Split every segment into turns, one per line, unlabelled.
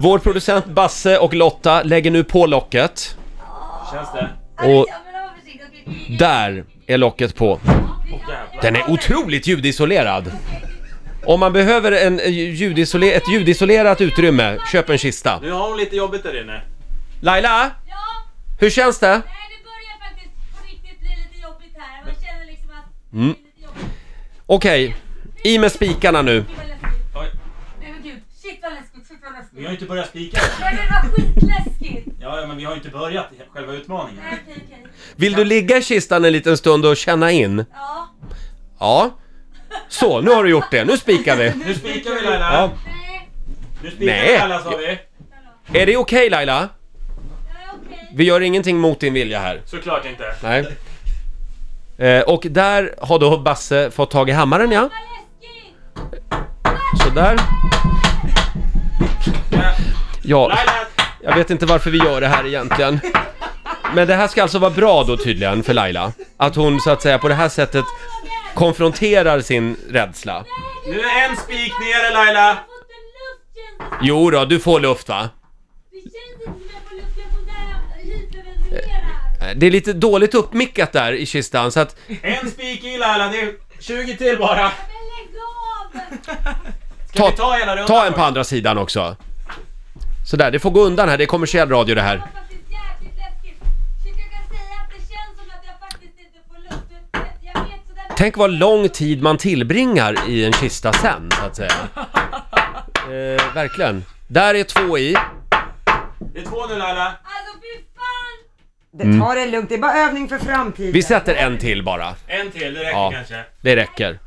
Vår producent Basse och Lotta lägger nu på locket.
Känns det?
Och-
Ja, men det var försiktigt. Okej, okej, okej.
Där är locket på.
Åh jävlar.
Den är otroligt ljudisolerad! Om man behöver en eh, ljudisole- ett ljudisolerat utrymme, köp en kista.
Nu har hon lite jobbigt där inne.
Laila,
Ja,
hur känns det?
nej, det börjar faktiskt på riktigt bli lite jobbigt här. Man känner liksom att
Mm.
det är lite jobbigt.
Okej, i med spikarna nu.
Gud vad läskigt.
Oj,
Nej men gud, shit vad läskigt, shit vad läskigt.
vi har ju inte börjat spika
Nej
än.
men det var skitläskigt.
Ja, ja, men vi har ju inte börjat i själva utmaningen.
Nej okej okej.
Vill du ligga i kistan en liten stund och känna in?
Ja.
Ja. Så, nu har du gjort det. Nu spikar vi.
Nu spikar vi Laila!
Ja.
Nej.
Nu spikar
Nej.
vi Laila sa vi!
Är det okej Laila?
Ja, okej.
Vi gör ingenting mot din vilja här.
Såklart inte.
Nej. Eh, och där har då Basse fått tag i hammaren ja.
Vad läskigt.
Sådär.
Ja.
Ja,
Laila!
jag vet inte varför vi gör det här egentligen. Men det här ska alltså vara bra då tydligen för Laila. Att hon så att säga på det här sättet konfronterar sin rädsla.
Nu är en spik nere Laila!
Jag har fått en luftkänsla.
Jo då, du får luft va?
Det känns inte som jag får luft, jag får där hyperventilerar.
Eh, Det är lite dåligt uppmickat där i kistan så att
En spik i Laila, det är 20 till bara!
Men lägg av!
Ska vi ta hela rundan?
Ta en på
först?
andra sidan också. Sådär, det får gå undan här. Det är kommersiell radio det här.
Det var faktiskt jäkligt läskigt. Shit, jag kan säga att det känns som att jag faktiskt inte får luft. Jag- Jag vet sådär...
Tänk vad lång tid man tillbringar i en kista sen, så att säga. Eh, verkligen. Där är två i.
Det är två nu Laila.
Alltså fy fan!
Det, ta det lugnt, det är bara övning för framtiden.
Vi sätter en till bara.
En till, det räcker
Ja.
kanske.
Det räcker.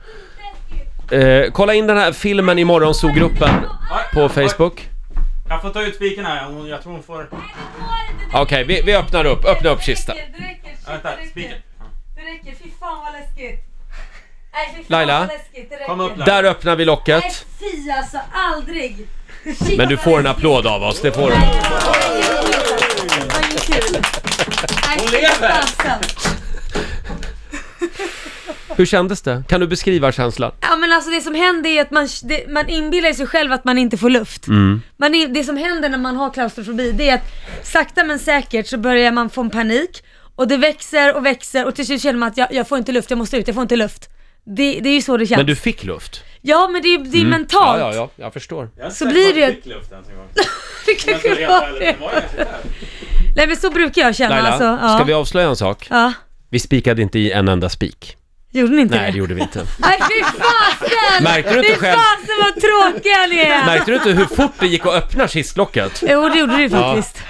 Läskigt.
Eh, kolla in den här filmen i morgonzoo-gruppen
Oj,
på
oj.
Facebook.
Jag får ta ut spiken här, Hon- jag tror hon får...
Nej, det går inte.
Okej, vi, vi öppnar upp. Öppna upp kistan.
Det räcker, det räcker. Shit,
Vänta,
det
spiken.
räcker. Det räcker, fy fan vad läskigt. Nej, fy fan
Laila?
vad läskigt. Det räcker.
Kom upp Laila.
Där öppnar vi
Nej,
locket.
fy alltså, aldrig. Shit,
Men du
vad
får en
läskigt.
applåd av oss, det får du.
Nej, det var inget kul. Det var inget kul. Nej,
Hon
fy
lever.
fasen.
Hur kändes det? Kan du beskriva känslan?
Ja men alltså det som händer är att man, det, man inbillar sig själv att man inte får luft.
Mm.
Man in, det som händer när man har klaustrofobi det är att sakta men säkert så börjar man få en panik och det växer och växer och till slut känner man att jag, jag får inte luft, jag måste ut, jag får inte luft. Det, det är ju så det känns.
Men du fick luft?
Ja men det är, ju- det är mentalt.
Ja, ja, ja, jag förstår.
Jag är inte
Så
säker på
blir
att
det-
jag fick luft ens en gång.
Det
Men
kanske
ska jag vara helt
var
ärlig,
det.
det var jag kanske där.
Nej men så brukar jag känna
Laila,
alltså. Ja.
ska vi avslöja en sak?
ja.
Vi spikade inte i en enda spik.
Gjorde ni inte
Nej,
det?
det gjorde vi inte.
Nej fy fasen!
Märkte du inte
fy
själv-
fasen vad tråkiga ni är!
Märkte du inte hur fort det gick att öppna kistlocket?
Jo det gjorde du
Ja,
faktiskt.